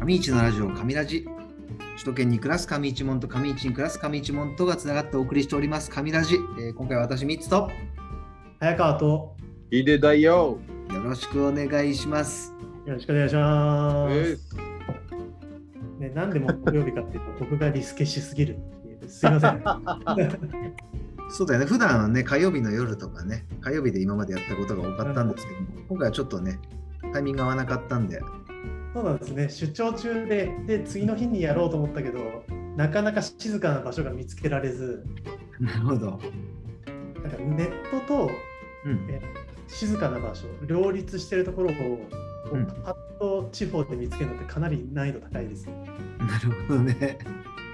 上市のラジオ上ラジ首都圏に暮らす上一門と上市に暮らす上一門とがつながってお送りしております上ラジ、えー今回は私3つと早川といでだよ。よろしくお願いしますよろしくお願いします。えね、なんで木曜日かっていうと、僕がリスケしすぎるっていう。すいませ ん。そうだよね普段はね火曜日の夜とかね火曜日で今までやったことが多かったんですけども今回はちょっとねタイミング合わなかったんでそうなんですね。出張中で、で、次の日にやろうと思ったけど、なかなか静かな場所が見つけられず、なるほど、なんかネットとうん、静かな場所、両立してるところを、こううんパッと地方で見つけるのってかなり難易度高いですね。なるほどね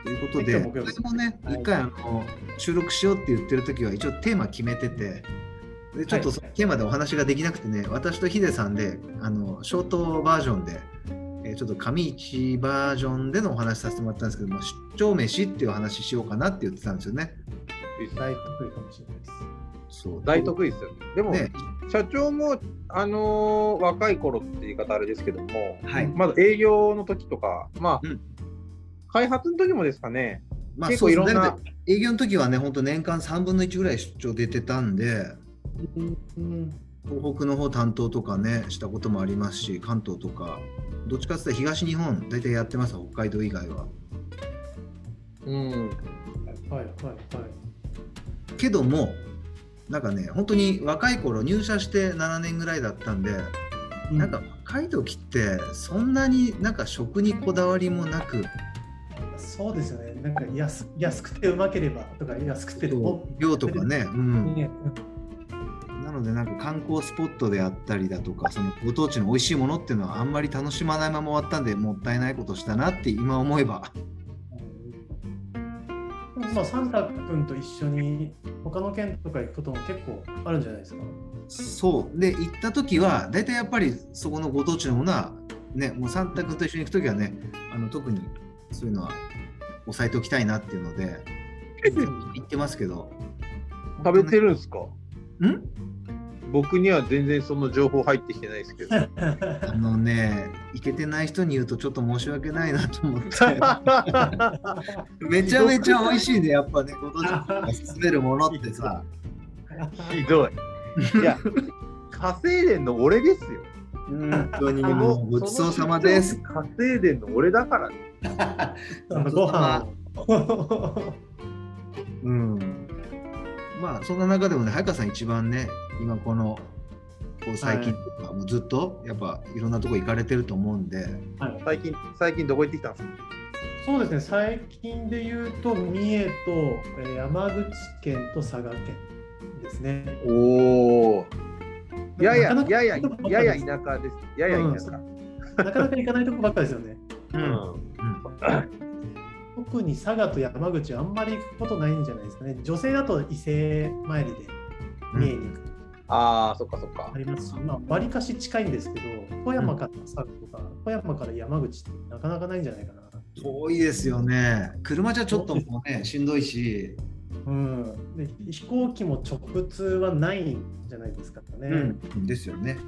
ということで、今日木曜日私もね、はい一回あの収録しようって言ってる時は一応テーマ決めてて、でちょっとそのテーマでお話ができなくてね、私とヒデさんであのショートバージョンで、えーちょっと上市バージョンでのお話させてもらったんですけども、出張飯っていう話しようかなって言ってたんですよね。大得意かもしれないです。そう大得意ですよね。でも、ね、社長も、あのー若い頃って言い方あれですけども、はいまだ営業の時とか、まあ、うん開発の時もですかね、まあ、結構いろんそうなですね。営業の時はね、本当年間3分の1ぐらい出張出てたんで、うん、東北の方担当とかねしたこともありますし関東とかどっちかって言ったら東日本大体やってます北海道以外はうん、はいはいはい。けどもなんかね本当に若い頃入社して7年ぐらいだったんで、なんか若い時ってそんなになんか食にこだわりもなくそうですよね。なんか安安くてうまければとか安くてお量とかね、うん、ねなのでなんか観光スポットであったりだとかそのご当地の美味しいものっていうのはあんまり楽しまないまま終わったんでもったいないことしたなって今思えばでもまあサンタ君と一緒に他の県とか行くことも結構あるんじゃないですか。そうで行った時は大体やっぱりそこのご当地のものはねもうサンタ君と一緒に行く時はねあの特にそういうのは抑えておきたいなっていうので言ってますけど食べてるんですかん僕には全然その情報入ってきてないですけど。あのね行けてない人に言うとちょっと申し訳ないなと思ってめちゃめちゃ美味しいねやっぱねご当地が勧めるものってさひどい。 いや、火星伝の俺ですよ。本当にもうごちそうさまです。火星伝の俺だから、ね。あのご飯を。うんまあそんな中でもね早川さん一番ね今このこう最近とか、もうずっとやっぱいろんなとこ行かれてると思うんではい最近、最近どこ行ってきたんですかそうですね。最近で言うと三重とえー山口県と佐賀県ですね。おお。ややなかな、かやや、行くことばっかりややです田舎です。やや田舎。なかなか行かないとこばっかりですよね。ううんん。特に佐賀と山口はあんまり行くことないんじゃないですかね。女性だと伊勢参りで三重に行くああ、そっかそっかあ。りますし、まあ、割かし近いんですけど、富山から佐賀とか、富山から山口ってなかなかないんじゃないかな。遠いですよね車じゃちょっともうねしんどいし、うん、で飛行機も直通はないんじゃないですかね。うん、ですよね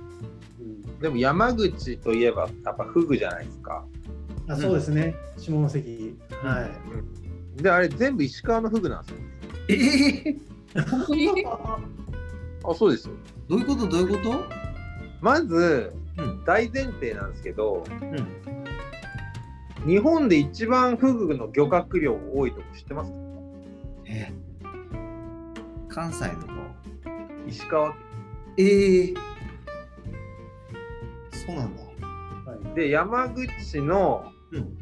うんでも山口といえば、やっぱフグじゃないですか。あそうですね、下関。はい。で、あれ、全部石川のフグなんですよ。ええ本当にあ、そうですよ。どういうことどういうことまず、うん大前提なんですけど、うん日本で一番フグの漁獲量多いとこ知ってますえ関西の方石川ええそうなんだはい県。で、山口のうん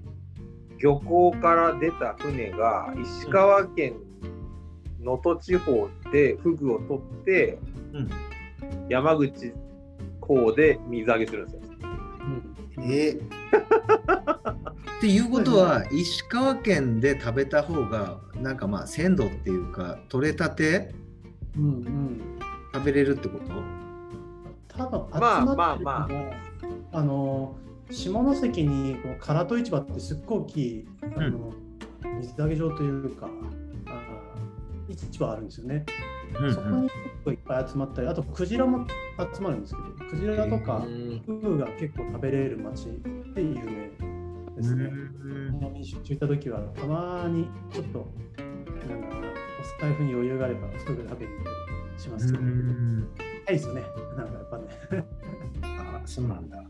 漁港から出た船が、石川県能登地方でフグを取って、うん山口港で水揚げするんですよ。うんえっていうことは石川県で食べた方がなんかまあ鮮度っていうか取れたてうんうん、食べれるってこと多分集まってまあるのが、まああの下関にこの唐戸市場ってすっごい大きいあの、水揚げ場というかあー市場あるんですよね。そこに結構いっぱい集まったり、あとクジラも集まるんですけど、クジラとか、フグが結構食べれる町で有名ですね。南に出張行った時はたまにちょっとなんだろうなお財布に余裕があれば一人で食べに行ったりしますけど、ないですよねなんかやっぱねあそうなんだ、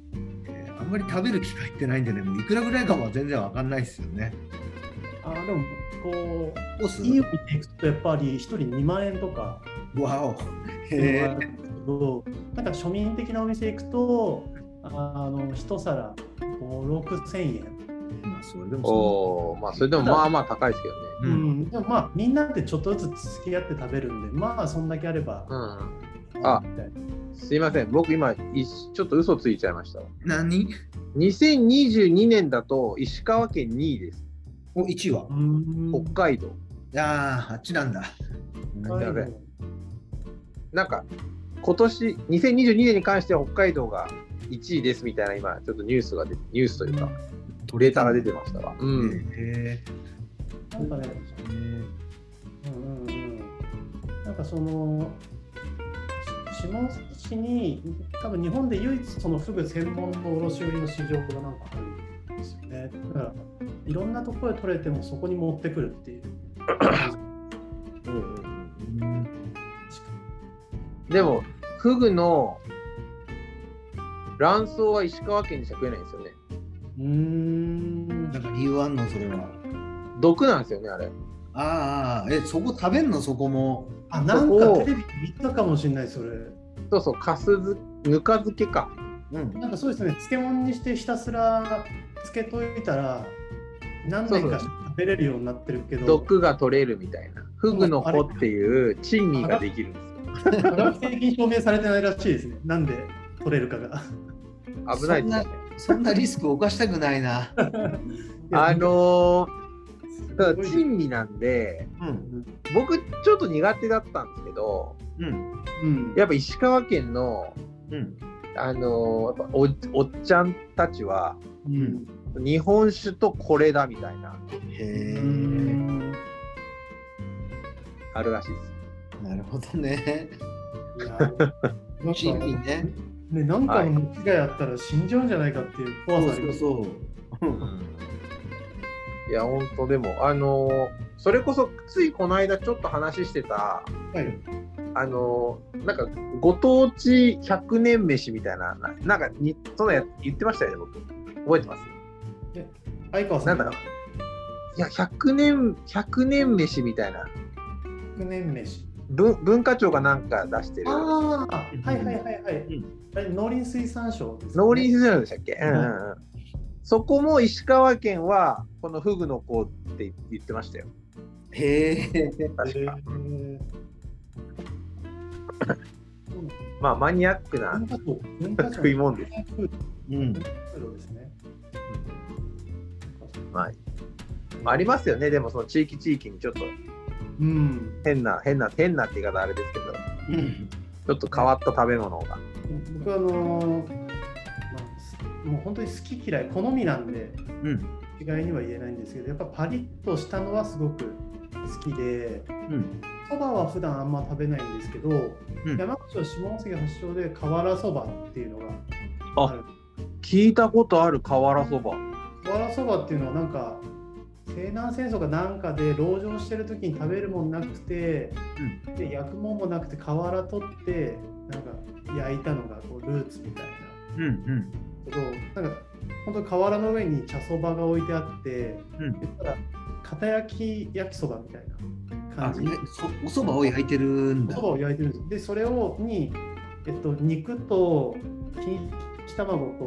えーあんまり食べる機会ってないんでね、もういくらぐらいかも全然わかんないですよね。あーでもこコースういいお店行くとやっぱり一人2万円とかわお。なへんですけどなんか庶民的なお店行くとあの一皿5 6千円え。まあ、それでもそおお、まあそれでもまあまあ高いですけどね。う。う。うんん、でもまあみんなでちょっとずつ付き合って食べるんでまあそんだけあればうあ。みたいなんすいません、僕今一ちょっと嘘ついちゃいましたわ。何2022年だと石川県2位です。お、1位はう。ん北海道。ああ、あっちなんだ。北海道やべえなんか今年2022年に関しては北海道が1位ですみたいな今ちょっとニュースが出てニュースというかデータが出てましたわ。う。うんん。へえ。なんかねうんうんうんなんかそのし下関に多分日本で唯一そのフグ専門の卸売の市場がなんかあるんですよねだからいろんなところで取れてもそこに持ってくるっていううんうんうんでもフグの卵巣は石川県にしか食えないんですよね。うーんなんか理由あんの、それは。毒なんですよねあれ。あーあー、え、そこ食べんの、そこも。あなんかテレビで見たかもしれないそれそうそうかすずぬか漬けか。うん。なんかそうですね漬物にしてひたすら漬けといたら何年かして食べれるようになってるけど毒が取れるみたいな。フグの子っていう珍味ができるんですよ。科学的に証明されてないらしいですね。なんで取れるかが。危ないですよね。そんなリスクを犯したくないな。あのすー、ごたいだ珍味なんでうん。僕ちょっと苦手だったんですけど。うん。うん、やっぱ石川県の、うん。あのーやっぱおおっちゃんたちはうん日本酒とこれだみたいなへうえ。んあるらしいです。なるほどね。いやなんか珍味ね。ね、なんかの被害あったら死んじゃうんじゃないかっていう怖そうさありそうますそう。いや本当でもあのーそれこそついこの間ちょっと話してたはいあのーなんかご当地100年飯みたいなななんかにそんなや言ってましたよね僕覚えてます相川さなんんだろういや100年100年飯みたいな100年飯。文文化庁がなんか出してるああ、はいはいはいはい。うあれ農林水産省です、ね。農林水産省でしたっけ、うんうんうん、そこも石川県はこのフグの子って言ってましたよへえ。確か、えまあマニアックー、な文化庁文化庁食い物ですうん。プロですね。ありますよねでもその地域地域にちょっとうん。変な変な変なって言い方あれですけどちうん。ょっと変わった食べ物が僕はあのーまあすもう本当に好き嫌い好みなんでうん。違いには言えないんですけどやっぱパリッとしたのはすごく好きでうん。そばは普段あんま食べないんですけど、ん山口の下関発祥で瓦そばっていうのがあある聞いたことある瓦そば瓦そばっていうのはなんか西南戦争かなんかで籠城してる時に食べるもんなくて、で焼くもんもなくて瓦取ってなんか焼いたのがこうルーツみたいな。うん。けどなんか本当に瓦の上に茶そばが置いてあって、うん言ったら片焼き焼きそばみたいなあ、感じでね、そお蕎麦を焼いてるんだそ。ばを焼いてるんですでそれをに、えっと、肉と錦糸卵と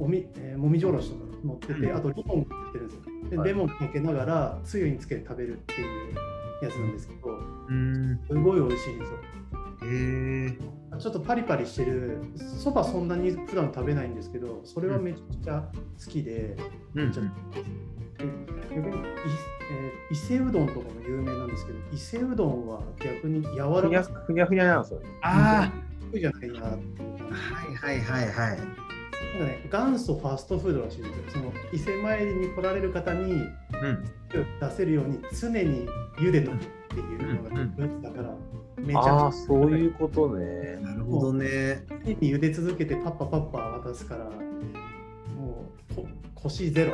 おみ、えーもみじおろしとか乗ってて、うんあとレモンが乗ってるんですよで、はいレモンかけながらつゆにつけて食べるっていうやつなんですけどうん。すごい美味しいんですよへえ。ちょっとパリパリしてるそばそんなに普段食べないんですけどそれはめちゃくちゃ好きで、うん。逆にい、えー伊勢うどんとかも有名なんですけど伊勢うどんは逆に柔ふらにゃかふにゃふにゃなんですよねあくじゃないなっていう感あ。じはいはいはいはい。なんかね元祖ファストフードらしいんですよその伊勢参りに来られる方にうん。出せるように常に茹でとくっていうのがルーツだからめちあゃあくちゃそういうことねなるほどね。常に茹で続けてパッパパッパ渡すからもこ腰ゼロ。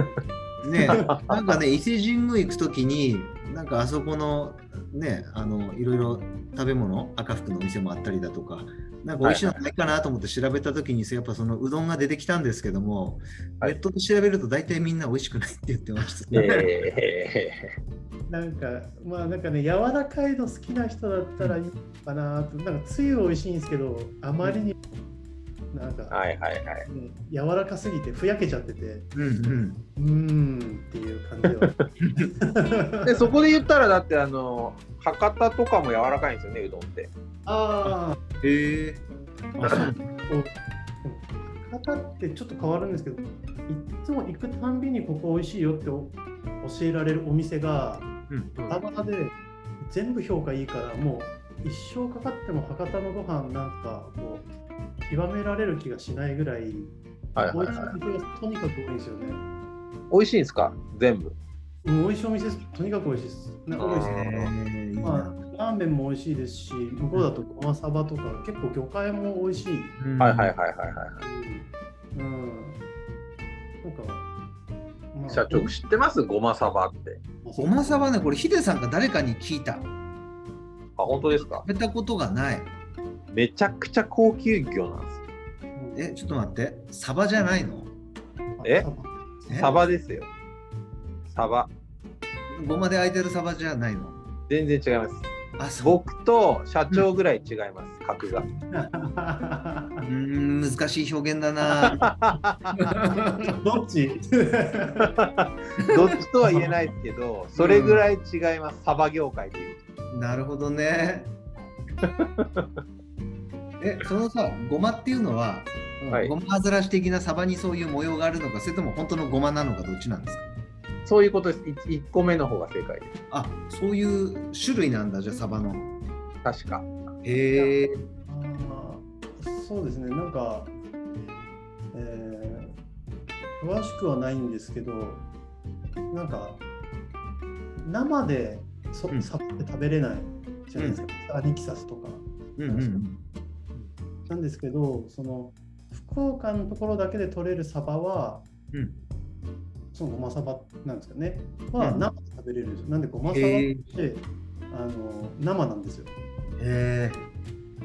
ねなんかね伊 勢神宮行く時になんかあそこのねあのいろいろ食べ物赤福のお店もあったりだとかなんか美味しいのないかなと思って調べた時にやっぱそのうどんが出てきたんですけども、はいネットで調べると大体みんな美味しくないって言ってました、ねえなんかまあなんかね柔らかいの好きな人だったらいいのかなとなんかつゆ美味しいんですけどあまりにもなんか、ー、はいはいはい。ね柔らかすぎてふやけちゃっててう うんーんっていう感じは でそこで言ったらだってあの博多とかも柔らかいんですよねうどんって。ああうんへえあそう博多ってちょっと変わるんですけどいっつも行くたんびにここ美味しいよってお教えられるお店がうんバラバラで全部評価いいからもう一生かかっても博多のご飯なんかこう極められる気がしないぐらいは美味しいお店がとにかく多いんですよね。美味しいんですか全部。うん美味しいお店ですとにかく美味しいです。なんか多いですえね。ーいいなまあ、ラーメンも美味しいですし、向こうだとごまさばとか、結構魚介も美味しい。うんはいはいはいはいはい。うん。なんか、まあ社長知ってますごまさばって。ごまさばねこれヒデさんが誰かに聞いたあ本当ですか食べたことがないめちゃくちゃ高級魚なんですよ。えちょっと待ってサバじゃないのえサバえサバですよ。サバ。ごまで空いてるサバじゃないの全然違います。あそ僕と社長ぐらい違います、格が。ううーん難しい表現だな どっちどっちとは言えないですけど、それぐらい違います、サバ業界でいうと。なるほどねえそのさごまっていうのは、はいごまあずらし的なサバにそういう模様があるのかそれとも本当のごまなのかどっちなんですかそういうことです。1個目の方が正解です。あそういう種類なんだじゃあサバの確か。へえあーそうですね、なんか、えー詳しくはないんですけど、なんか、生でそうんサバって食べれないじゃないですか、アニキサスとか。うんうんなんですけど、その福岡のところだけで取れるサバは、うんそのごまサバなんですかね、はうん生で食べれるんですよ。なんで、ごまサバっへて、あの生なんですよ。へえ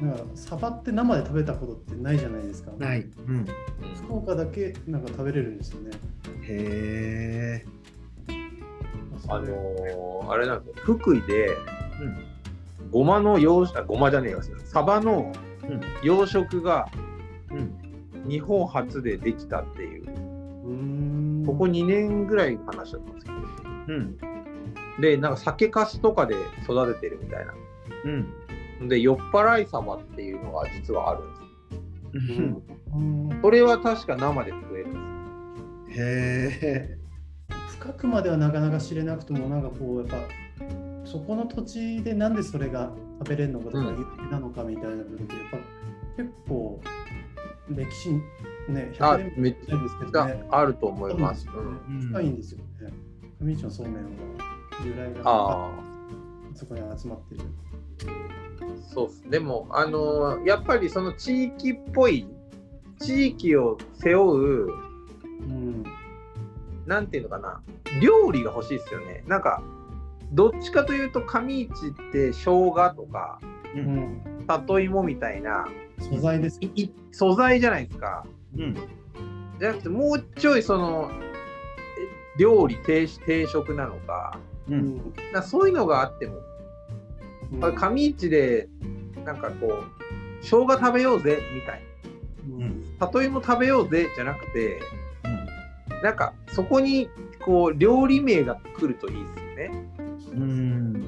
だから、サバって生で食べたことってないじゃないですか。ないうん福岡だけなんか食べれるんですよね。へえあのーあれなんですよ。福井でうんごまの養殖、あごまじゃねえよ、サバのうん養殖がうん日本初でできたっていう、うーんここ2年ぐらいの話だったんですけど、うんで、なんか酒かすとかで育ててるみたいな。うんで、酔っ払いサバっていうのが実はあるんでうんす。うんそれは確か生で食えるんです。へえ深くまではなかなか知れなくともなんかこうやっぱそこの土地でなんでそれが食べれるのかとかうん有名なのかみたいな部分でやっぱ結構歴史ねあ100年めっぐらいですけちどゃねあると思います。うん深いんですよね。上市のそうめんは由来があそこに集まってる。あ、そうっす。でも、あのーやっぱりその地域っぽい、地域を背負う、うんなんていうのかな、料理が欲しいですよね。なんか、どっちかというと、上市って生姜とか、ううんん、里芋みたいな、素材ですいい素材じゃないですか。うんじゃなくて、もうちょいその、え料理定定食なのか、ううんんなんかそういうのがあってもうんあ上市でなんかこう生姜食べようぜみたいうんな里芋食べようぜじゃなくてなんかそこにこう料理名が来るといいですよねうんうんうん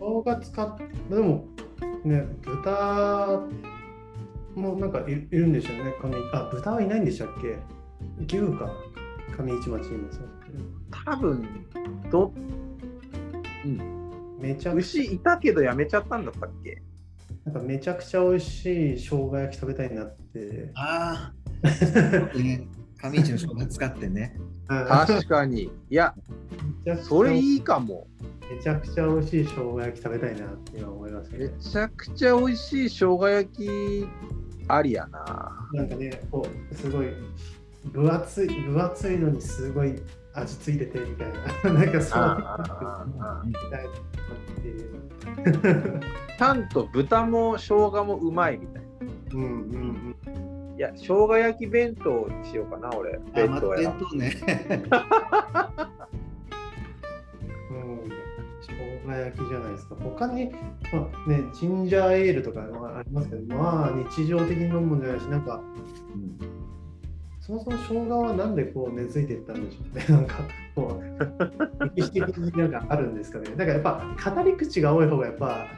生姜使っでもね豚もなんかいいるんでしたよね上あ豚はいないんでしたっけ牛か上市町にもそう多分どめちゃく牛いたけどやめちゃったんだったっけなんかめちゃくちゃ美味しい生姜焼き食べたいなってああ、ね、上市の生姜使ってね。め確かにいやちゃくちゃそれいいかもめちゃくちゃ美味しい生姜焼き食べたいなって今思いますめねちゃくちゃ美味しい生姜焼きありやな。なんかね、こう、すごい、分厚い、分厚いのにすごい味ついててみたいな。 なんかそうあーあーあーみたいなっていう。ちゃんと豚も生姜もうまいみたいな。うんうんいや、生姜焼き弁当にしようかな、俺。あ弁ま当あや弁な。当ね。うん。うん。生姜焼きじゃないですか。他に、まあね、ジンジャーエールとかはありますけど、まあ日常的に飲むもんじゃないし、なんか、そもそも生姜はなんでこう根付いていったんでしょうね。 なんかこう歴史的になんかあるんですかね。だからやっぱ語り口が多い方がやっぱ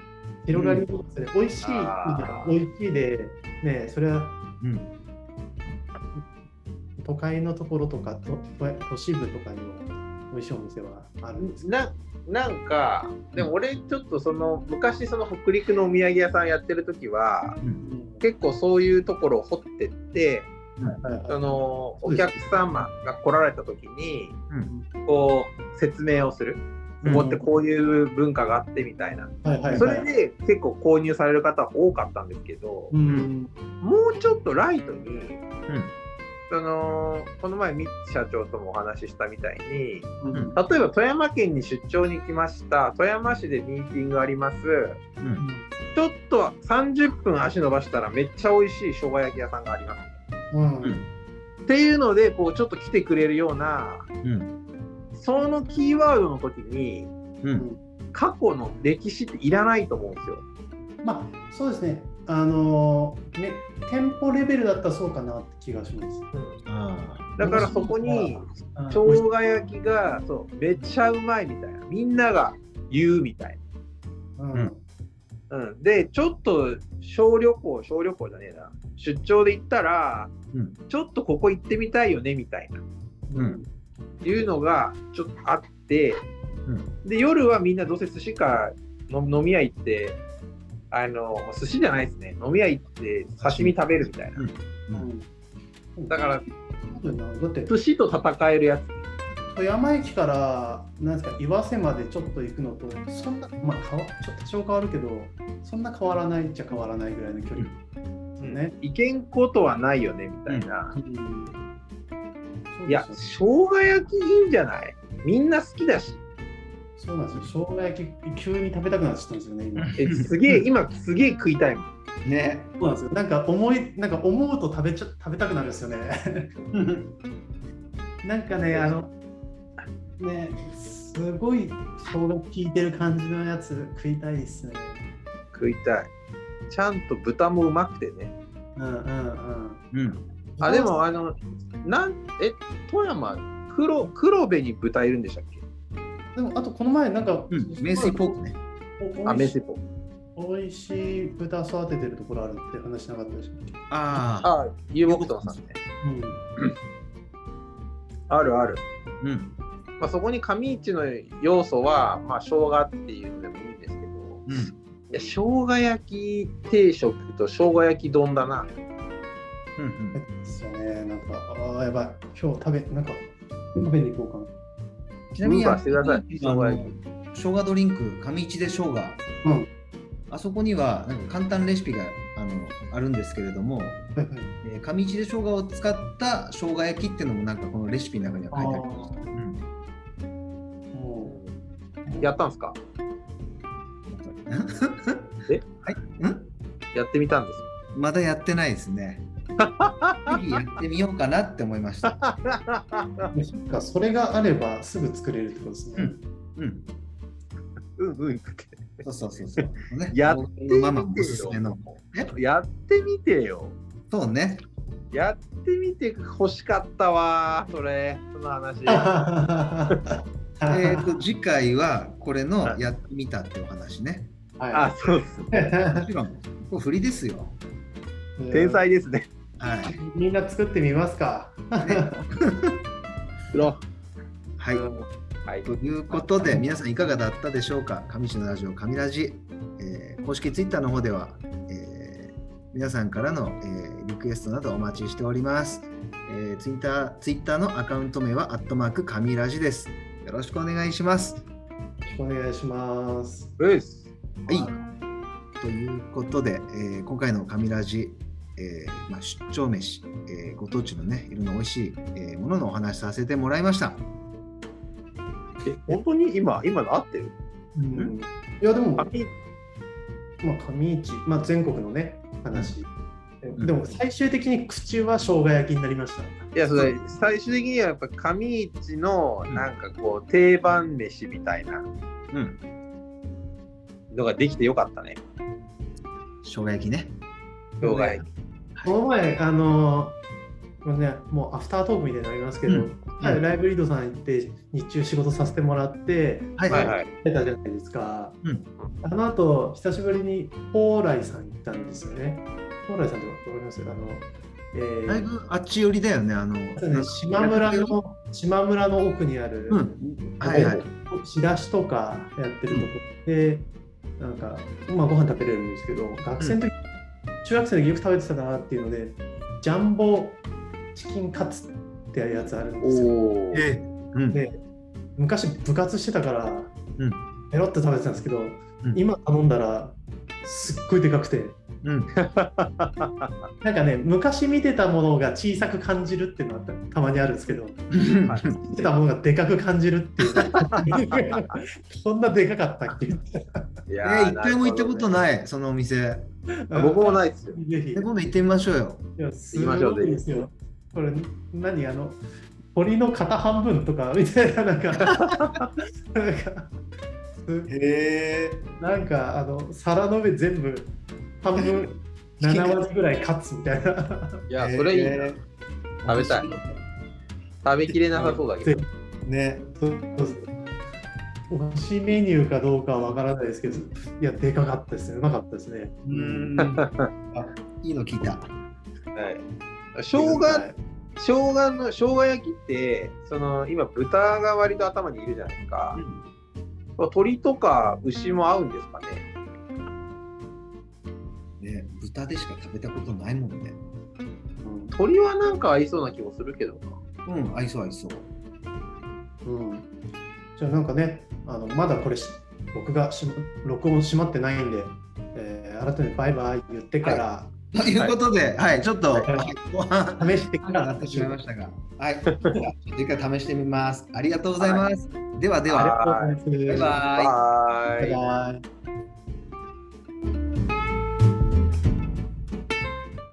広がりますね。美味しいっていうのはあ美味しいでねそれはうん。都会のところとかと都市部とかにも美味しいお店はあるんですけななんか、でも俺、ちょっとその、昔、その北陸のお土産屋さんやってる時は、うん。ど。結構そういうところを掘ってって、はいそのそうおです客様が来られた時に、うこう説明をする、うんここってこういう文化があってみたいな、はいはいはいそれで結構購入される方は多かったんですけど、うんもうちょっとライトにそのこの前ミッチ社長ともお話ししたみたいにうん例えば富山県に出張に来ました富山市でミーティングありますうん。ちょっと30分足伸ばしたらめっちゃ美味しい生姜焼き屋さんがありますうんうんっていうのでこうちょっと来てくれるようなうん。そのキーワードの時にうん。過去の歴史っていらないと思うんですよ。まあそうですね。あのね店舗レベルだったらそうかなって気がします。あだからそこにうん生姜焼きがそうめっちゃうまいみたいなみんなが言うみたいうんな。うん、でちょっと小旅行小旅行じゃねえな出張で行ったらうんちょっとここ行ってみたいよねみたいなうんいうのがちょっとあってうんで夜はみんなどうせ寿司かの飲み屋行ってあの寿司じゃないですね飲み屋行って刺身食べるみたいな。うんだからそうだよなだって寿司と戦えるやつ富山駅からなんですか岩瀬までちょっと行くのとそんなまあ変わちょっと多少変わるけどそんな変わらないっちゃ変わらないぐらいの距離ですよね。いけんことはないよねみたいな、うんいやそう生ですよ姜焼きいいんじゃないみんな好きだしそうなんですよ生姜焼き急に食べたくなっちゃったんですよね今。えすげ え今すげえ食いたいもんね。そうなんですよなんか思いなんか思うと食べちゃ食べたくなるんですよね。 なんかね、あの、ね、すごい生姜効いてる感じのやつ食いたいですね。食いたいちゃんと豚もうまくてねうんうんうん。うん。あでもあのなんえ富山黒黒部に豚いるんでしたっけでもあとこの前なんか、うん。名水ポークね。おあ美メ味しセいポおいしい豚育ててるところあるって話しなかったでしょ。ああ。あ遊牧豚さんねうん。あるある、うん。まあ、そこに上市の要素は、まあ、生姜っていうのでもいいんですけどうん。いや生姜焼き定食と生姜焼き丼だなうん。ですよね。なんか、ああ、やばい。今日食べ、なんか、食べに行こちなみに、ウーバーしてくださいあの生姜ドリンク、上市で生姜。うんあそこにはなんか簡単レシピがあのあるんですけれども、うかな。はいはい。えー、上市で生姜を使った生姜焼きっていうのもなんかこのレシピの中には書いてありました。うんもう、やったんすかえはい、んやってみたんですまだやってないですね。次やってみようかなって思いました。そっかそれがあればすぐ作れるってことですうね。ん、うんうん。そうそうそうそう。ね やってみてよママおすすめの。えやってみてよ。そうね。 やってみて欲しかったわ、それ、その 話。ええー、と次回はこれのはいやってみたってお話ね。 あ、そうっす。もちろん、これ振りですよ。天才ですね。はい。みんな作ってみますか。はい、はい。ということで、皆さんいかがだったでしょうか上市のラジオ、上ラジ。えー公式ツイッターの方では、えー皆さんからの、えーリクエストなどお待ちしております。えー、ツイッターツイッターのアカウント名は、アットマーク上ラジです。よろしくお願いします。よろしくお願いします。うっす。はい。ということで、えー今回の神ラジ、えーまあ、出張飯、えーご当地のね、いろんな美味しい、えーもののお話させてもらいました。え、本当に今、今の合ってるうんいやでも、まあ、あ上市、まあ、全国のね話、んでも最終的に口は生姜焼きになりました。いや、それ、最終的にはやっぱ上市の、なんかこう、定番飯みたいなうん。のができてよかったね。生姜焼きね。生姜焼き。この前、あのーもうね、もうアフタートークみたいになりますけど、うんはいライブリードさん行って日中仕事させてもらってはいははいいはい。はい。出たじゃないですか、うんあの後久しぶりに蓬莱さん行ったんですよね蓬莱さんってわかりますあの、えーだいぶあっち寄りだよね、あの。そうね島村。の島村の奥にある、うん。はいはい。チラシとかやってるとこで、なんか、まあ、ご飯食べれるんですけど学生の時、中学生の時よく食べてたなっていうのでジャンボチキンカツってやつあるんですよおお。えーうん。で昔部活してたから、うんペロッと食べてたんですけど、ん今頼んだらすっごいでかくてうん。なんかね昔見てたものが小さく感じるっていうのはたたまにあるんですけ ど はい見てたものがでかく感じるっていうこんなでかかったっけいえやー一回も行ったことい。ない、そのお店。僕もないですよ。ぜひ。え今度行ってみましょうよ。いやすきましょうごいですよ。これ、何あの、鳥の肩半分とかみたいな、なんか、なんか、すへえ。なんかあの、皿の上全部、半分、7割ぐらい勝つみたいな。いや、それいいな。食べたい。食べきれなさそうだけど。ね。そうそう推しメニューかどうかはわからないですけど、いや、でかかったですね、うまかったですね。うーん。あいいの聞いた。はい。生姜、生姜の、生姜焼きって、その、今、豚が割と頭にいるじゃないですか。鳥とか牛も合うんですかね。ね、豚でしか食べたことないもんね。うん鳥はなんか合いそうな気もするけどな。うん、合いそう合いそう。うんじゃあなんかねあのまだこれし録画し録音閉まってないんで、えー改めてバイバイ言ってから、ということで、はい、ちょっと、はいはい後半、試して長かくらなってしまいましたが、はい、じゃあちょっと一回試してみます。ありがとうございます。ではでは。ありがとうございまバイバすイババイイ。バイ